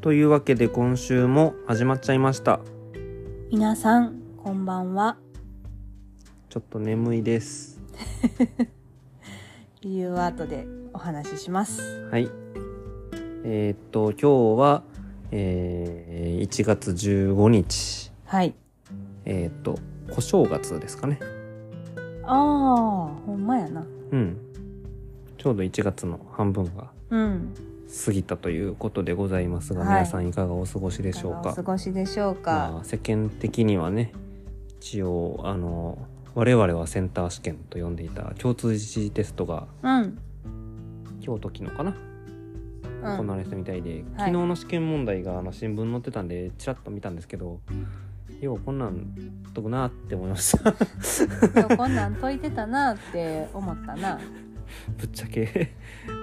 というわけで今週も始まっちゃいました。皆さんこんばんはちょっと眠いです。理由は後でお話ししますはい。えーっと、今日は、えー1月15日。はいえーっと、小正月ですかね。ああほんまやなうん。ちょうど1月の半分がうん過ぎたということでございますが、はい皆さんいかがお過ごしでしょういかがかお過。ごしでしょうまかあ、世間的にはね、一応、あの、我々はセンター試験と呼んでいた共通一次テストがうん今日時のかな、う行わんれてたみたいで、い昨日の試験問題があの新聞載ってたんでちらっと見たんですけどようこんなんとくなって思いました 今日こんなん解いてたなって思ったなぶっちゃけ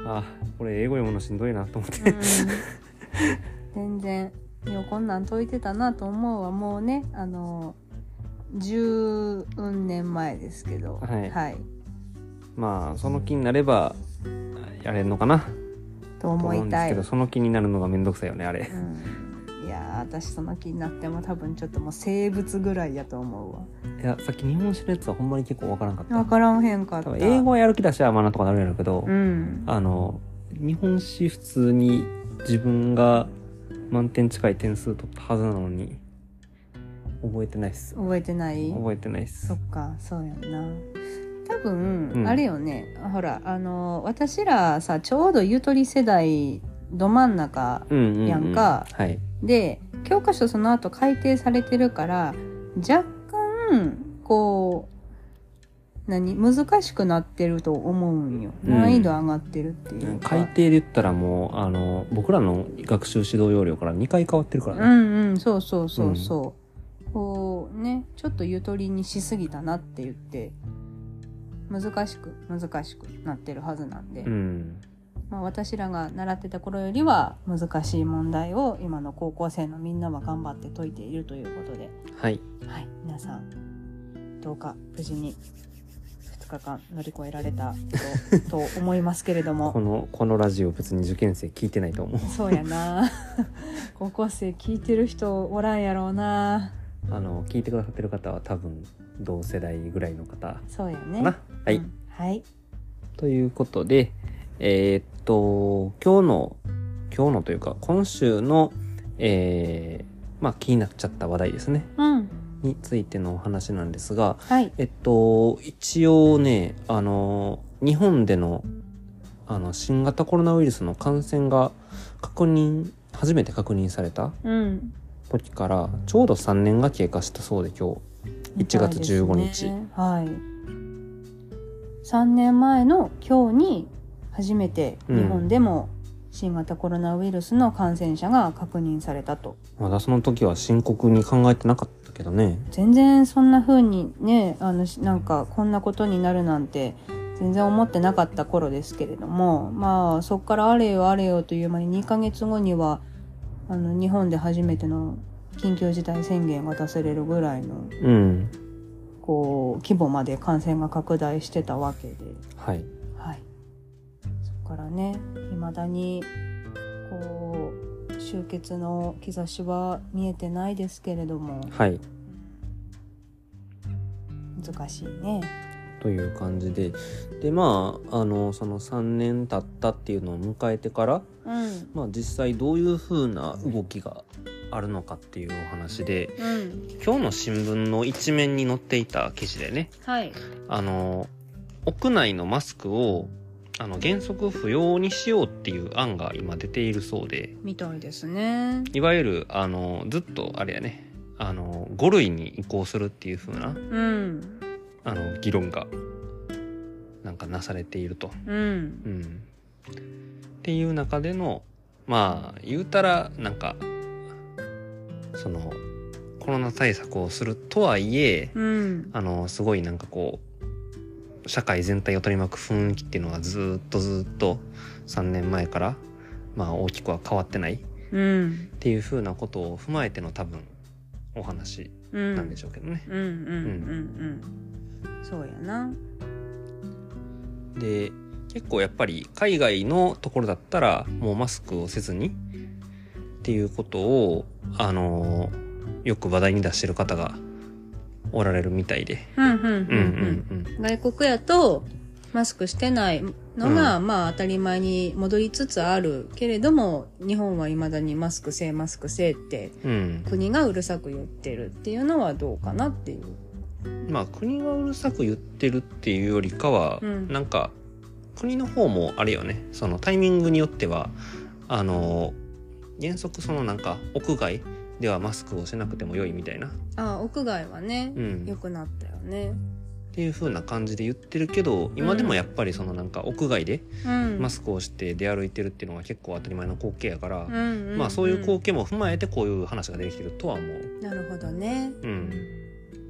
あこれ英語読むのしんどいなと思って、 うん全然ようこんなん解いてたなと思うはもうねあの10年前ですけどはいはい、まあその気になればやれんのかなとと思思ういんですたいけどその気になるのがめんどくさいよねあれうんいやー私その気になっても多分ちょっともう生物ぐらいやと思ういやさっき日本史のやつはほんまに結構わからんかっわた分からんへんかっ多た分英語はやる気出しはまあなんとかなるんやろうけど、うんあの日本史普通に自分が満点近い点数取ったはずなのに覚えてないっす覚えてない覚えてないっすそっかそうやんな多分、うんあれよねほらあの私らさちょうどゆとり世代ど真ん中うんうん、うん、やんかはいで教科書その後改訂されてるから若干こう何難しくなってると思うんようん難易度上がってるっていうか、改定で言ったらもうあの僕らの学習指導要領から2回変わってるからうね、んうんそうそうそうそう、こうねちょっとゆとりにしすぎたなって言って難しく難しくなってるはずなんで、うんまあ、私らが習ってた頃よりは難しい問題を今の高校生のみんなは頑張って解いているということで、はいはい、皆さんどうか無事に2日間乗り越えられたとと思いますけれど こものこのラジオ別に受験生聞いてないと思うそうやな 高校生聞いてる人おらんやろうなあの聞いてくださってる方は多分同世代ぐらいの方そうやねかな、はい、うんはい。ということで、えーっと、今日の、今日のというか、今週の、えーまあ気になっちゃった話題ですね、うん。についてのお話なんですが、はい。えっと、一応ね、あの、日本での、あの、新型コロナウイルスの感染が確認、初めて確認されたうん。時から、ちょうど3年が経過したそうで今みたいですね1月15。はい。3年前の今日に初めてうん日本でも新型コロナウイルスの感染者が確認されたと。日。まだその時は深刻に考えてなかったけどね。全然そんな風にね、あの、しなんかこんなことになるなんて全然思ってなかった頃ですけれども、まあそっからあれよあれよという間に2ヶ月後には、あの、日本で初めての緊急事態宣言が出せれるぐらいのうん。こう規模まで感染が拡大してたわけで、はい。はい、そこからねいまだにこう終結の兆しは見えてないですけれどもはい。難しいね。という感じででまああのその3年経ったっていうのを迎えてから、うんまあ、実際どういう風な動きがあるのかっていうお話でうん、今日の新聞の一面に載っていた記事でねはい、あの屋内のマスクをあの原則不要にしようっていう案が今出ているそうでみたいですね。いわゆるあのずっとあれやねあの5類に移行するっていう風なうん、あの議論がなんかなされていると。う、うんん、っていう中でのまあ言うたらなんかそのコロナ対策をするとはいえうん、あのすごいなんかこう社会全体を取り巻く雰囲気っていうのはずーっとずーっと3年前からまあ大きくは変わってないっうん、ていうふうなことを踏まえての多分お話うん、なんでしょうけどね。うん、うん、うん、うん、そうやな。で結構やっぱり海外のところだったらもうマスクをせずにっていうことを、あのよく話題に出してる方がおられるみたいで。うんうんうんうんうんうん。外国やとマスクしてないのが、まあ当たり前に戻りつつあるけれども、日本は未だにマスクせえマスクせえってうん。うん。国がうるさく言ってるっていうのはどうかなっていう。まあ国がうるさく言ってるっていうよりかは、うんなんか国の方もあれよねそのタイミングによってはあの原則そのなんか屋外ではマスクをしなくても良いみたいな、ああ、屋外はねう、ん、良っくなったよね。ていう風な感じで言ってるけど今でもやっぱりそのなんか屋外でうん。マスクをして出歩いてるっていうのが結構当たり前の光景やから、うんうんうんまあそういう光景も踏まえてこういう話が出てきてるとは思う。なるほどね。うん、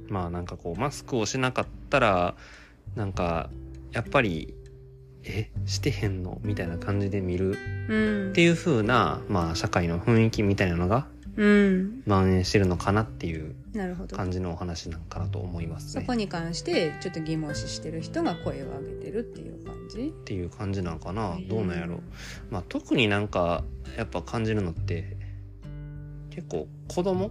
まあなんかこうマスクをしなかったらなんかやっぱりえしてへんのみたいな感じで見るうんって。いう風なまあ社会の雰囲気みたいなのがうん。蔓延してるのかなっていうなるほど。感じのお話なんかなと思いますそねこ。に関してちょっと疑問視してる人が声を上げてるっていう感じっていう感じなのかなどうなんやろう。まあ特になんかやっぱ感じるのって結構子供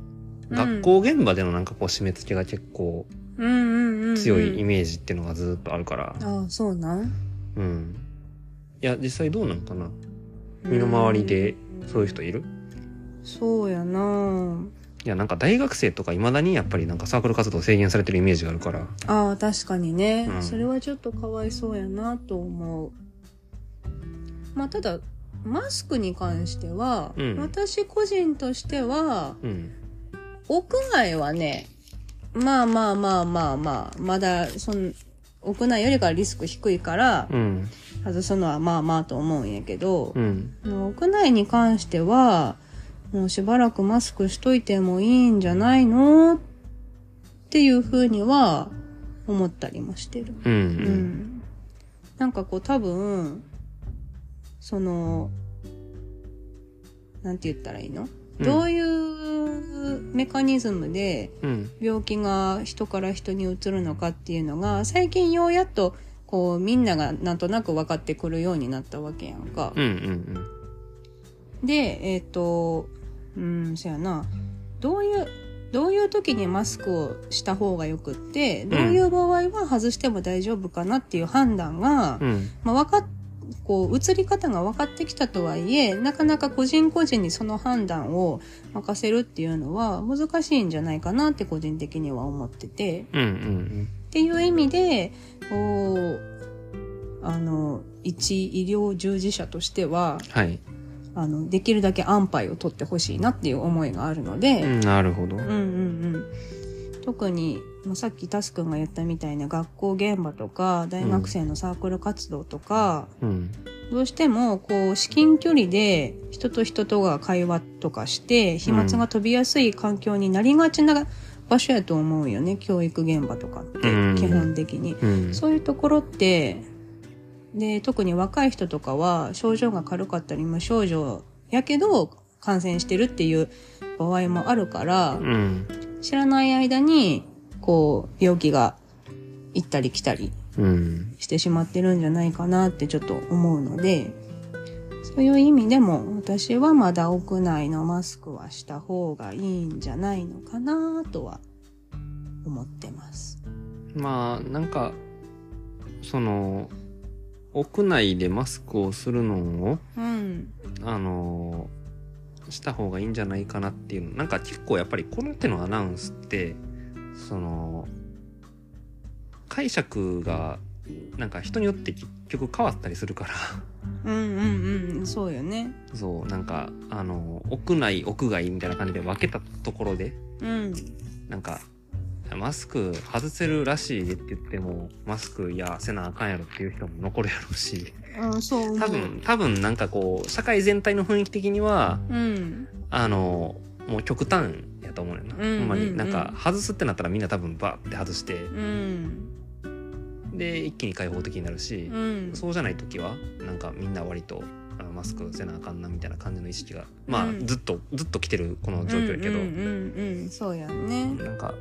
うん学校現場でのなんかこう締め付けが結構うんうんうんうん強いイメージっていうのがずっとあるから。ああそうなんうん。いや、実際どうなんかな身の回りでんそういう人いるそうやないや、なんか大学生とか未だにやっぱりなんかサークル活動制限されてるイメージがあるから。ああ確かにね、うんそれはちょっとかわいそうやなと思うまあただマスクに関しては、うん私個人としてはうん。屋外はねまあまあまあまあまあまだその屋内よりかはリスク低いからうん。外すのはまあまあと思うんやけど、うん。屋内に関しては、もうしばらくマスクしといてもいいんじゃないのっていうふうには思ったりもしてる。うん。う。うんん。なんかこう多分、その、なんて言ったらいいの、どういうメカニズムでうん。病気が人から人にうつるのかっていうのが、最近ようやっとこうみんながなんとなく分かってくるようになったわけやんか。うん。うん。で、えっ、と、うん、そやな、どういう、どういう時にマスクをした方がよくって、どういう場合は外しても大丈夫かなっていう判断が、うん。まあ、分かっ、こう、移り方が分かってきたとはいえ、なかなか個人個人にその判断を任せるっていうのは難しいんじゃないかなって個人的には思ってて。うん。うん。っていう意味で、こう、あの、一医療従事者としては、はい。あの、できるだけ安牌を取ってほしいなっていう思いがあるので、うんなるほど。うん、うんうん特に、まあ、さっきタスくんが言ったみたいな学校現場とか、大学生のサークル活動とか、うん。どうしても、こう、至近距離で人と人とが会話とかして、飛沫が飛びやすい環境になりがちな場所やと思うよね、教育現場とかって、うん基本的に。うん。そういうところって、で、特に若い人とかは症状が軽かったり無症状やけど感染してるっていう場合もあるから、うん。知らない間に、こう、病気が行ったり来たりうん。してしまってるんじゃないかなってちょっと思うので、そういう意味でも私はまだ屋内のマスクはした方がいいんじゃないのかなとは思ってます。まあ、なんか、その、屋内でマスクをするのを、うん。あのーした方がいいんじゃないかなっていうのなんか結構やっぱりこの手のアナウンスってその解釈がなんか人によって結局変わったりするからうんうんうん、そうよね。そうなんかあのー屋内屋外みたいな感じで分けたところでうん。なんかマスク外せるらしいでって言ってもマスクいやせなあかんやろっていう人も残るやろうしうん、そう思う。多分多分なんかこう社会全体の雰囲気的にはうん。あのもう極端やと思うねんな、うんうんうんほんまになんか外すってなったらみんな多分バーって外してうん。で一気に開放的になるしう、ん。そうじゃない時はなんかみんな割とあのマスクせなあかんなみたいな感じの意識がまあ、うんずっとずっと来てるこの状況やけど、うんうんうんうん、そうやね。なんか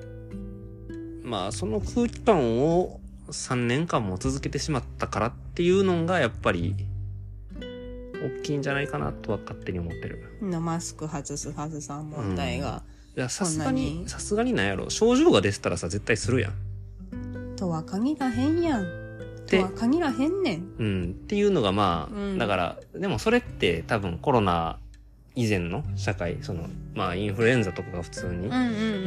まあその空気感を3年間も続けてしまったからっていうのがやっぱり大きいんじゃないかなとは勝手に思ってるのマスク外す外さん問題が、いやさすがそんなににさすがになんやろ症状が出てたらさ絶対するやんとは限らへんやんとでは限らへんねんうん、っていうのがまあ、うんだからでもそれって多分コロナ以前の社会そのまあインフルエンザとかが普通に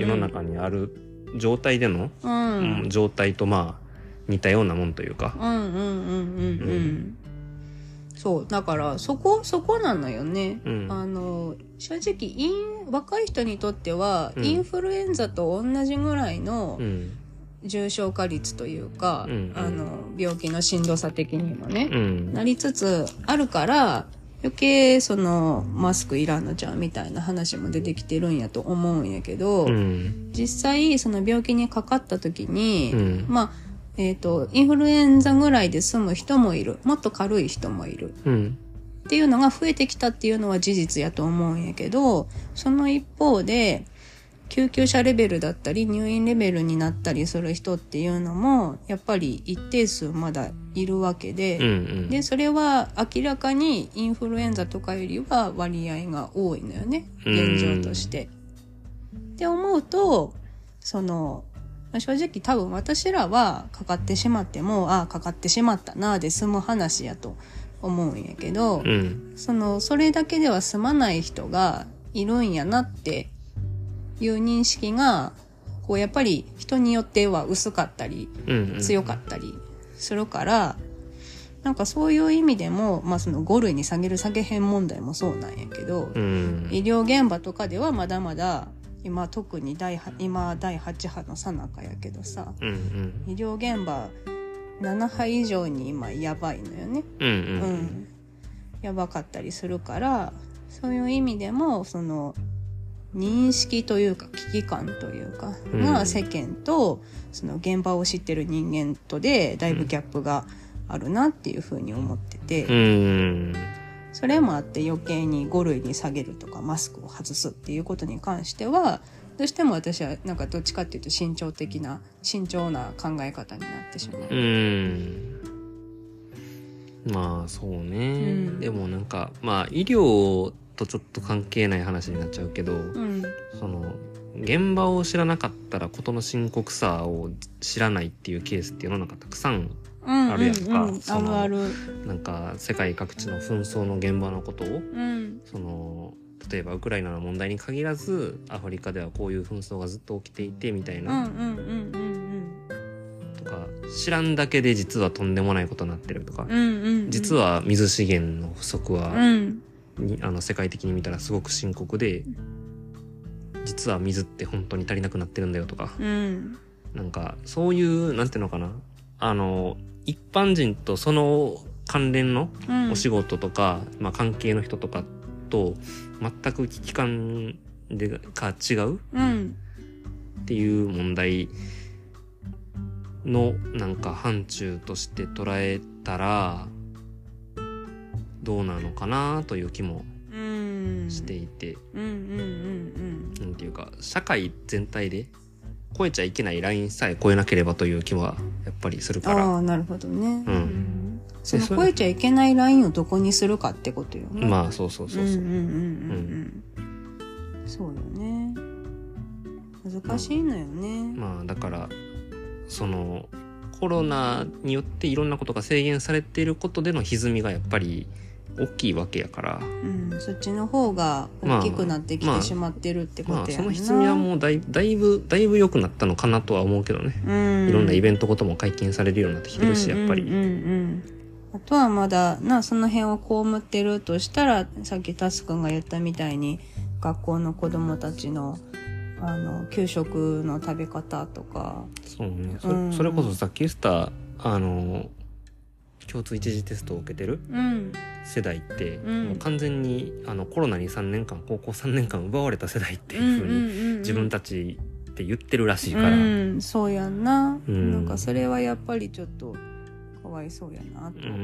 世の中にある状態での、うんうんうん状態とまあ似たようなもんというか、うんうんうんうんううんそうだからそこそこなのよね、うんあの正直イン若い人にとっては、うんインフルエンザと同じぐらいのうん重症化率というか、うんあの病気のしんどさ的にもねう、んなりつつあるから余計そのマスクいらんのちゃうみたいな話も出てきてるんやと思うんやけど、うん実際その病気にかかった時に、うんまあ、えっ、と、インフルエンザぐらいで済む人もいる。もっと軽い人もいる。うんっていうのが増えてきたっていうのは事実やと思うんやけど、その一方で、救急車レベルだったり入院レベルになったりする人っていうのも、やっぱり一定数まだいるわけうんうで、んで、それは明らかにインフルエンザとかよりは割合が多いのよね。現状として。って思うと、その、まあ正直多分私らはかかってしまっても、ああ、かかってしまったな、で済む話やと思うんやけど、うんその、それだけでは済まない人がいるんやなっていう認識が、こうやっぱり人によっては薄かったり、うん強かったりするから、なんかそういう意味でも、まあその5類に下げる下げへん問題もそうなんやけど、うん医療現場とかではまだまだ今特に第は今第8波の最中やけどさうんうん医療現場7波以上に今やばいのよね、うんううんんやばかったりするからそういう意味でもその認識というか危機感というかうんが世間とその現場を知ってる人間とでだいぶギャップがあるなっていうふうに思ってて。うんそれもあって余計に5類に下げるとかマスクを外すっていうことに関してはどうしても私はなんかどっちかっていうと慎重的な慎重な考え方になってしまうう。んまあそうね、うんでもなんかまあ医療とちょっと関係ない話になっちゃうけど、うん、その現場を知らなかったら事の深刻さを知らないっていうケースっていうのはなんかたくさんうん、あるやんかうんうん、そあるのある。なんか世界各地の紛争の現場のことをうん、その例えばウクライナの問題に限らずアフリカではこういう紛争がずっと起きていてみたいうん、うん、なうん、うん、とか知らんだけで実はとんでもないことになってるとかうん、うん、うん、実。は水資源の不足うはん、にあの世界的に見たらすごく深刻で実は水って本当に足りなくなってるんだよとかうん、なんか、そういう、なんていうのかな。あの、一般人とその関連のうん、お仕事とか、まあ関係の人とかと、全く危機感でか違うっうん、ていう問題の、なんか範疇として捉えたら、どうなのかなという気もうん、していて、うん、うん、うん、なんていうか、社会全体で超えちゃいけないラインさえ越えなければという気は、やっぱりするうん。から。ああ、なるほどね。うんん。そのそれ超えちゃいけないラインをどこにするかってことよね。まあそうそうそうそうう。んうんうんうんうんそうよね難しいのよね、まあだからそのコロナによっていろんなことが制限されていることでの歪みがやっぱり大きいわけやから、うん、そっちの方が大きくなってきまてあしまってるってこまあとやそな、の歪みはもうだいだいぶだいぶ良くなったのかなとは思うけどね。うんいろんなイベンントことも解禁されるようになってきてるし、やっぱうんり。うんうんあとはまだなその辺を被ってるとしたらさっきタスくんが言ったみたいに学校の子供たちのあの給食の食べ方とかそうね。うそんそれこそさっき言ってたあの共通一次テストを受けてるうん世代って、うんもう完全にあのコロナに3年間高校3年間奪われた世代ってういんううふうにんうんうん自分たちって言ってるらしいから、うん、そうやんな、うんなんかそれはやっぱりちょっとかわいそうやなとう思う、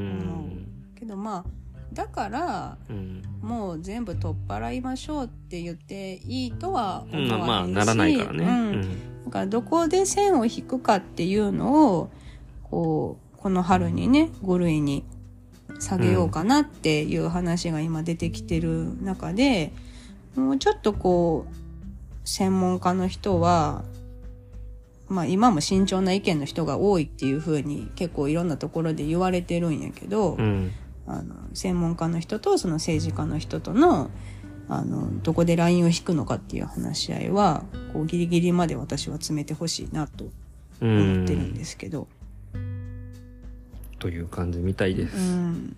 んけどまあだからうんもう全部取っ払いましょうって言っていいとはうん思まあまあわへんし、ならないからね、うんだからどこで線を引くかっていうのをこうこの春にね5類に下げようかなっていう話が今出てきてる中で、もうちょっとこう、専門家の人は、まあ今も慎重な意見の人が多いっていうふうに結構いろんなところで言われてるんやけど、うんあの専門家の人とその政治家の人とのあのどこでラインを引くのかっていう話し合いはこうギリギリまで私は詰めてほしいなとう思んってるんですけど、という感じみたいでうす、ん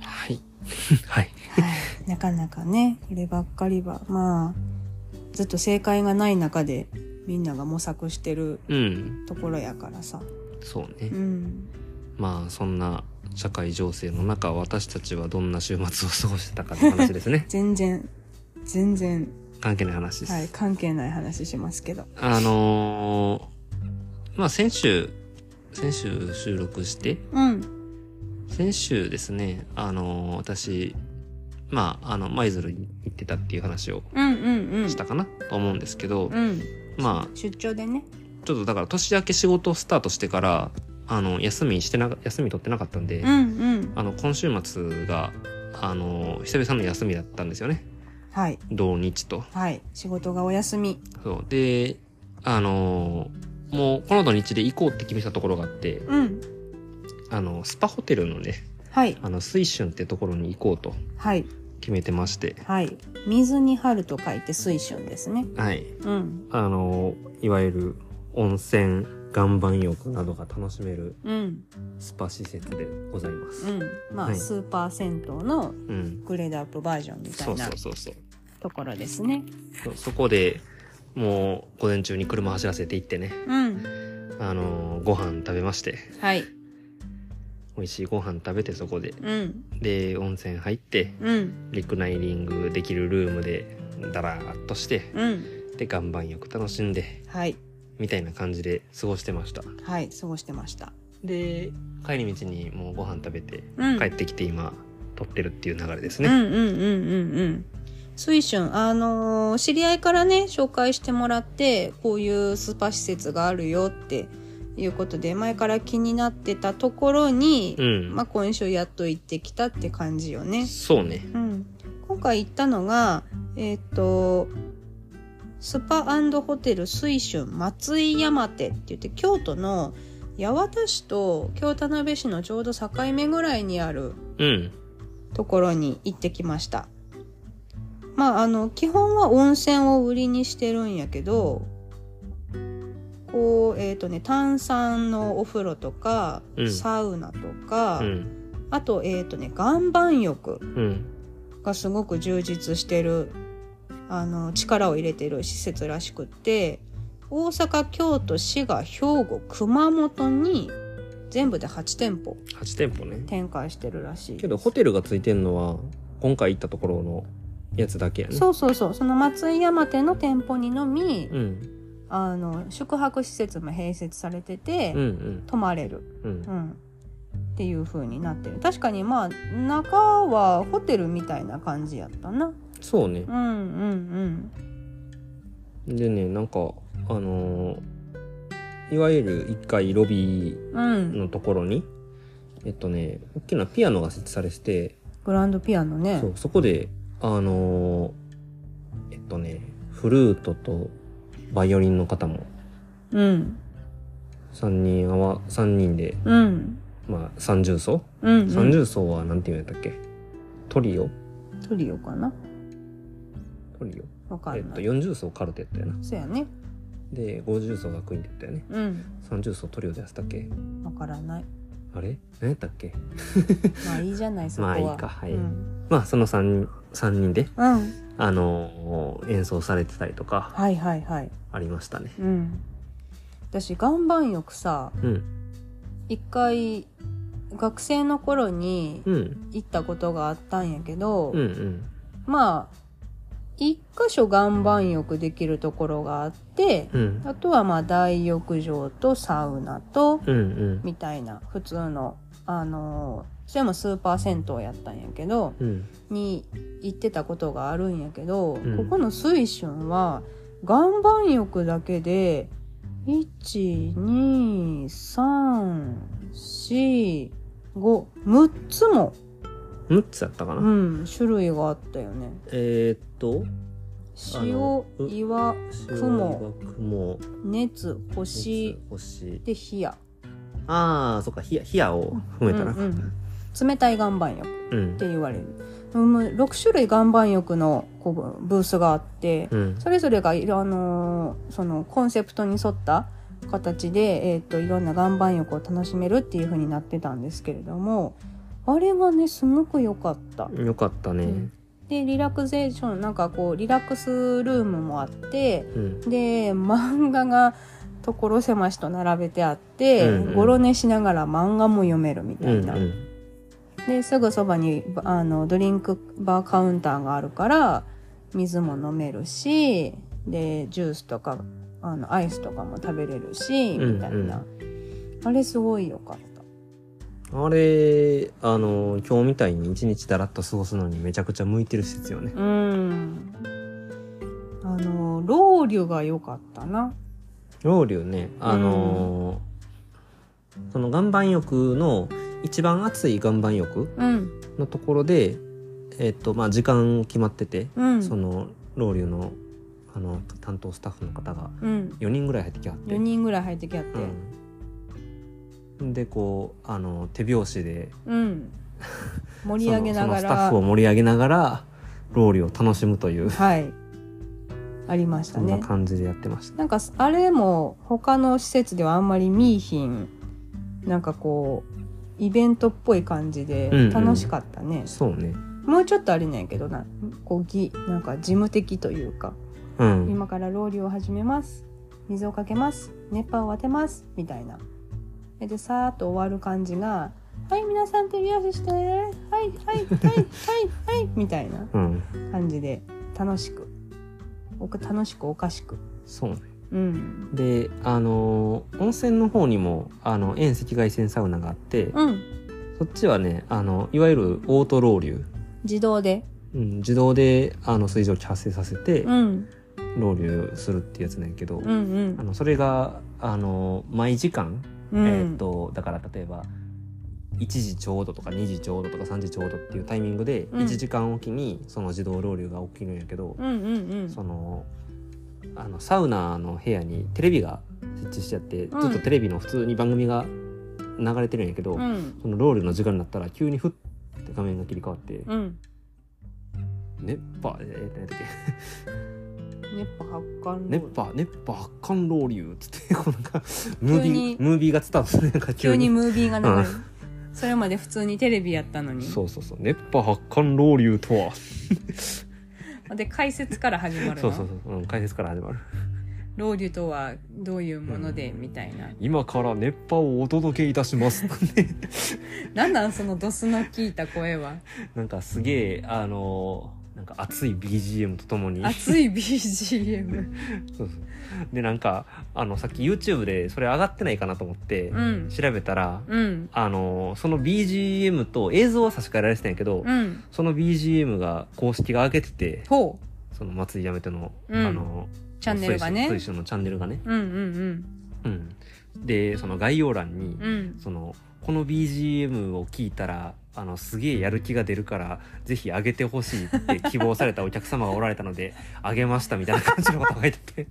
はい はいはい、なかなかねこればっかりはまあずっと正解がない中でみんなが模索してるうんところやからさ、そうね、うん、まあそんな社会情勢の中私たちはどんな週末を過ごしてたかって話です ね全然全然、関係ない話です、はい、関係ない話しますけど。あのーまあ先週先週収録してうん先週ですねあのー私まああの舞鶴に行ってたっていう話をうんうんうんしたかな、と思うんですけど、うんまあ出張でねちょっとだから年明け仕事スタートしてからあの休みしてなか休み取ってなかったんで、うんうんあの今週末があの久々の休みだったんですよねはい土日とはい仕事がお休みそうであのもうこの土日で行こうって決めたところがあってうんあのスパホテルのねはいあの水春ってところに行こうとはい決めてましてはい水に春と書いて水春ですねはいうんあのいわゆる温泉岩盤浴などが楽しめるうんスパ施設でございますうんまあ、はいスーパー銭湯のうん、グレードアップバージョンみたそいうそなうそうそうところですね。そそこでもう午前中に車走らせて行ってね、うん。あのご飯食べましてはい。美味しいご飯食べてそこでうん。で温泉入ってうん。リクライニングできるルームでだらーっとしてうん。で岩盤浴楽しんではい。みたいな感じで過ごしてましたはい。過ごしてました。で帰り道にもうご飯食べてうん。帰ってきて今撮ってるっていう流れですうね、んうんうんうんうん。水春、あのー知り合いからね、紹介してもらって、こういうスパ施設があるよっていうことで、前から気になってたところに、うんまあ今週やっと行ってきたって感じよね。そうねうん、今回行ったのが、えっ、と、スパホテル水春松井山手って言って、京都の八幡市と京田辺市のちょうど境目ぐらいにあるうんところに行ってきました。まあ、あの、基本は温泉を売りにしてるんやけど、こう、えっ、とね、炭酸のお風呂とか、うんサウナとか、うんあと、えっ、とね、岩盤浴。うんがすごく充実してるあの力を入れてる施設らしくって大阪京都滋賀兵庫熊本に全部で8店舗8店舗ね展開してるらしいけどホテルがついてんのは今回行ったところのやつだけやねそうそうそうその松井山手の店舗にのみ、うんあの宿泊施設も併設されてて、うんうん泊まれる、うんうん、っていう風になってる確かにまあ中はホテルみたいな感じやったなそうねうんうんでねなんかあのーいわゆる1階ロビーうんうんのところにえっとね大きなピアノが設置されててグランドピアノねそうそこであのーえっとねフルートとバイオリンの方もうん。 3人合わ三人でうん。まあ三重奏、うん、うん。三重奏はなんていうんやったっけトリオトリオかなトリオわかえんっなとい。 40層カルテットやなそうやね。で50層がクイーンテットやねうん。 30層トリオでやってたっけわから ない。あれ何やったっけまあいいじゃない、そこは。まあいいかはいうん。まあその 3, 三人でうんあのー演奏されてたりとかはいはいはい。ありましたねうん。私、岩盤浴さ、うん一回、学生の頃にうん行ったことがあったんやけど、うんうんまあ、一箇所岩盤浴できるところがあって、うんあとはまあ大浴場とサウナと、うんうんみたいな普通のあのーそれもスーパー銭湯やったんやけどうんに行ってたことがあるんやけど、うんここの水春は岩盤浴だけで1 2 3 4 5 6つも、 6つだったかな、うん、種類があったよねえーっとあ塩のう岩雲塩岩雲熱星熱星で冷やああそっか冷や冷やを含めたらうんうん冷たい岩盤浴うん、うっんて言われる、うん、6種類岩盤浴のこうブースがあって、それぞれがいろ、あのーそのコンセプトに沿った形で、えー、といろんな岩盤浴を楽しめるっていう風になってたんですけれどもあれはねすごく良かった。よかったね、うんでリラクゼーションなんかこうリラックスルームもあってうんで漫画が所狭しと並べてあって、うんうんごろ寝しながら漫画も読めるみたういんな。うんですぐそばにばあのドリンクバーカウンターがあるから水も飲めるしでジュースとかあのアイスとかも食べれるしみたいな、あれすごい良かったあれあの今日みたいに一日だらっと過ごすのにめちゃくちゃ向いてる施設よねうんあのロウリュが良かったなロウリュねあのーその岩盤浴の一番熱い岩盤浴うんのところでえっとまあ時間決まってて、うんそのロウリュのあの担当スタッフの方がうん4人ぐらい入ってきはって4人ぐらい入ってきあってうん、でこうあの手拍子でうん、盛り上げながそのそのスタッらフを盛り上げながらロウリュを楽しむという、はいありましたそんなね感じでやってましたなんかあれも他の施設ではあんまり見いひんなんかこうイベントっぽい感じでうんうん楽しかったね、そうねもうちょっとあれなんやけどなこうぎなんか事務的というか、うん今からロウリュを始めます水をかけます熱波を当てますみたいなでさーっと終わる感じが「はい皆さん手拍子してはいはいはいはいはい」みたいなうん感じで楽しくおか楽しくおかしくそうねうんであの温泉の方にもあの遠赤外線サウナがあって、うんそっちはねあのいわゆるオートロウリュ、自動でうん、自動であの水蒸気発生させてうんロウリュするってやつなんやけど、うんうあんのそれがあの毎時間うんえーっとだから例えば1時ちょうどとか2時ちょうどとか3時ちょうどっていうタイミングでうん1時間おきにその自動ロウリュが起きるんやけど、うんうんうんそのあのサウナの部屋にテレビが設置しちゃって、うんずっとテレビの普通に番組が流れてるんやけど、うんそのロウリュの時間になったら急にふって画面が切り替わってうん「熱波えー、何だっけ熱波発汗熱波熱波圧巻ロウリュ」っつってこうなんかムー急ビにームービーが伝わるなんか急急にに。ムービーが流れるそれまで普通にテレビやったのにそうそうそう熱波発汗ロウリュとはで解説から始まるそうそうのそう、うん、解説から始まるロウリュとはどういうものでみたいな今から熱波をお届けいたしますなんなんそのドスの聞いた声は なんかすげえあのーなんか熱い BGM とともに熱い BGM そうそうでなんかあのさっき YouTube でそれ上がってないかなと思って、うん調べたら、うんあのーその BGM と映像は差し替えられてたんやけど、うんその BGM が公式が上げててほその松井やめての、うんあのうチャンネルがね水晶のチャンネルがね、うんうんうん、でその概要欄に、うんうんそのこの BGM を聞いたらあのすげえやる気が出るからぜひ上げてほしいって希望されたお客様がおられたので 上げましたみたいな感じのことが書いてて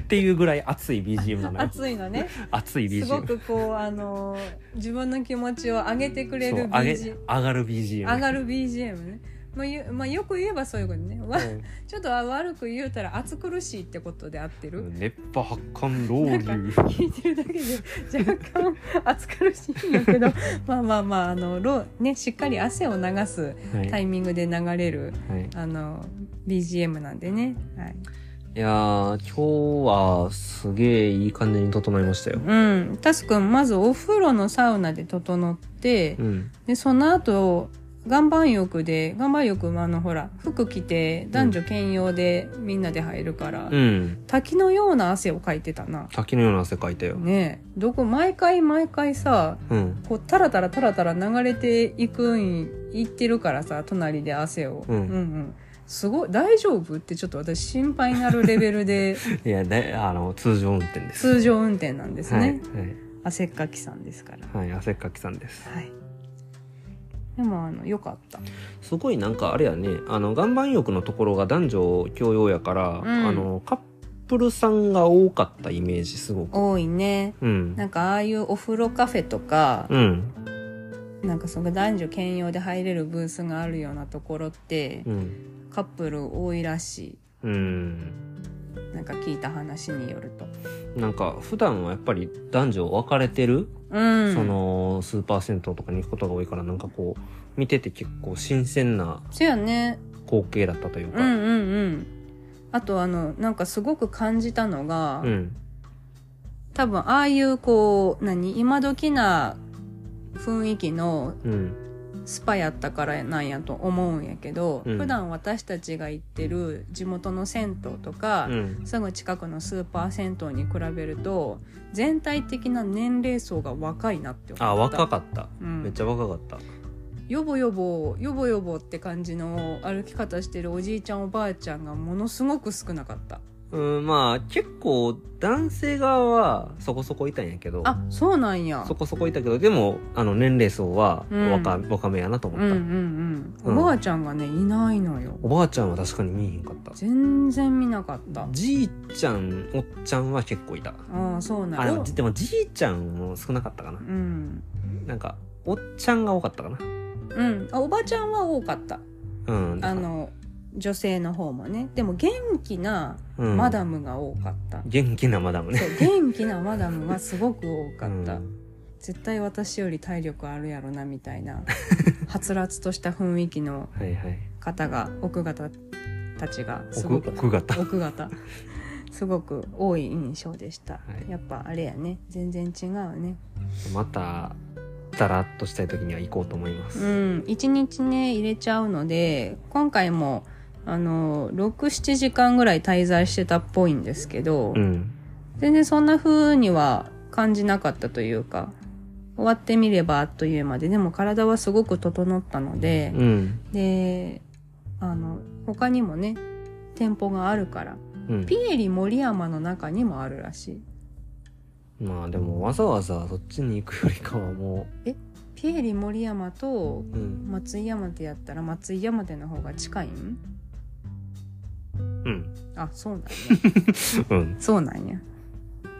っていうぐらい熱い BGM なのよ熱いのね熱いすご BGM くこうあの自分の気持ちを上げてくれそうる上げ BGM 上がる BGM 上がる BGM ね、まあゆまあ、よく言えばそういうことねわちょっと悪く言うたら暑苦しいってことで合ってうる、ん熱波発汗ロウなリんか ュ聞いてるだけで若干暑苦しいんだ けどまあまあまああのろう、ね、しっかり汗を流すはい、タイミングで流れるはい、あの BGM なんでね、はい、いやー今日はすげえいい感じに整いましたよ、うんタスくんまずお風呂のサウナで整ってうん、でその後岩盤浴で岩盤浴もあのほら服着て男女兼用でみんなで入るから、うん、滝のような汗をかいてたな滝のような汗かいたよ、ねえどこ毎回毎回さうんこうタラタラタラタラ流れていくんいってるからさ隣で汗を、うんんすごい大丈夫ってちょっと私心配になるレベルで いや、だあの、通常運転です。通常運転なんですね、はい。はい汗っかきさんですから。はい、汗っかきさんです。はい。でも、あの、良かった。すごいなんかあれやね、あの岩盤浴のところが男女共用やから、んあのカップルさんが多かったイメージすごく。多いね。うん。なんか、ああいうお風呂カフェとか、うん。なんかその男女兼用で入れるブースがあるようなところってう、ん。カップル多いらしうん。い。なんか聞いた話によると。なんか普段はやっぱり男女分かれてる、うん。そのスーパー銭湯とかに行くことが多いからなんかこう見てて結構新鮮なそうやね。光景だったというか。うんうんうん。あとあの、なんかすごく感じたのが、うん。多分ああいうこう、何今時な雰囲気のうん。スパやったからなんやと思うんやけど、うん普段私たちが行ってる地元の銭湯とか、うん。すぐ近くのスーパー銭湯に比べると全体的な年齢層が若いなって思ったあ、若かった。うんめっちゃ若かった。よぼよぼよぼよぼって感じの歩き方してるおじいちゃんおばあちゃんがものすごく少なかったうん、まあ結構男性側はそこそこいたんやけど。あそうなんやそこそこいたけどでもあの年齢層はうん若,、若めやなと思うんうっんた、ううんんおばあちゃんがねいないのよおばあちゃんは確かに見えへんかった全然見なかったじいちゃんおっちゃんは結構いたああそうなんあでやもでもじいちゃんも少なかったかなうんなんかおっちゃんが多かったかなうんあおばちゃんは多かったうんだあからの女性の方もねでも元気なうんマダムが多かった、元気なマダムねそう元気なマダムがすごく多かった、うん絶対私より体力あるやろなみたいな はつらつとした雰囲気のはいはい方が奥方たちがす奥ごく奥方奥方すごく多い印象でした、はいやっぱあれやね全然違うねまただらっとしたい時には行こうと思いまうす、ん1日ね入れちゃうので今回もあの67時間ぐらい滞在してたっぽいんですけど、うん全然そんな風には感じなかったというか終わってみればあっという間ででも体はすごく整ったので、うんであの他にもね店舗があるからうんピエリ森山の中にもあるらしいまあでもわざわざそっちに行くよりかはもピエリ森山とう、うん松井山手やったら松井山手の方が近いんうん、あそうなんやうん、そうなんや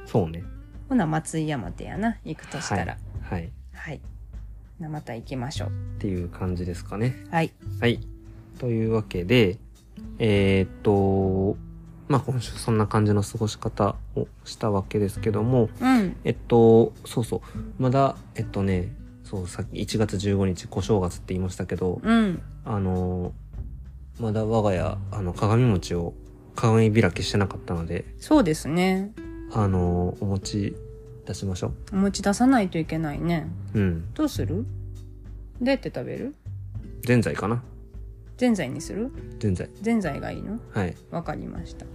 そうねほな松井山手やな行くとしたらはいはい、なまた行きましょうっていう感じですかね。はいはい。というわけで、えーっと、まあ今週そんな感じの過ごし方をしたわけですけども、うんえっと、そうそう、まだ、えっとね、そう、さっき1月15日、小正月って言いましたけど、うんあの、まだ我が家、あの、鏡餅を鏡開きしてなかったので、そうですねあの、お餅出しましょ持ち出さないといけないねう。うん。どうするどうやって食べるぜんざいかなぜんざいにするぜんざい。ぜんざいがいいのはい。 わかりました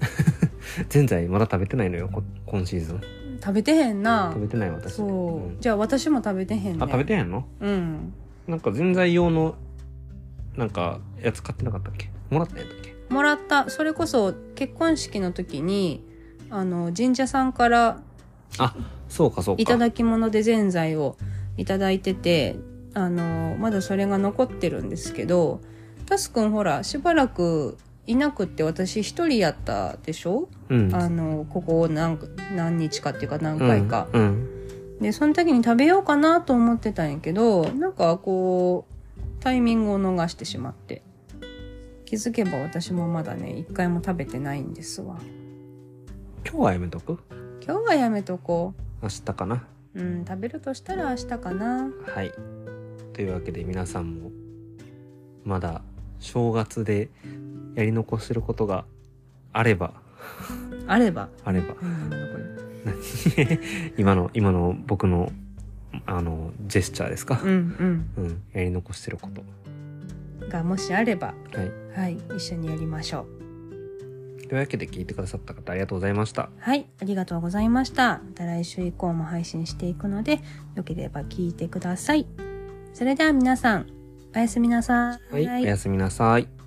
ぜんざいまだ食べてないのよ、こ今シーズン。食べてへんな食べてない私。そう、んじゃあ私も食べてへんねあ、食べてへんのうんなんか全材用の、なんか、やつ買ってなかったっけもらったやつだっけもらったそれこそ結婚式の時にあの神社さんからそうか、そうか。いただき物でぜんざいをいただいててあのまだそれが残ってるんですけどタスくんほらしばらくいなくって私一人やったでしょうん。あのここ何何日かっていうか何回か、うん。うんでその時に食べようかなと思ってたんやけどなんかこうタイミングを逃してしまって気づけば私もまだね一回も食べてないんですわ今日はやめとく今日はやめとこ明日かなううん食べるとしたら明日かなはい。というわけで皆さんも、まだ正月でやり残してることがあれば、あればあれば、うんなんだこれ 今の、今の僕の、あの、ジェスチャーですか、うんうん、やり残してること。うんがもしあればはい。はい一緒にやりましょうというわけで聞いてくださった方ありがとうございました。はいありがとうございましたまた来週以降も配信していくのでよければ聞いてくださいそれでは皆さんおやすみなさはい。おやすみなさい。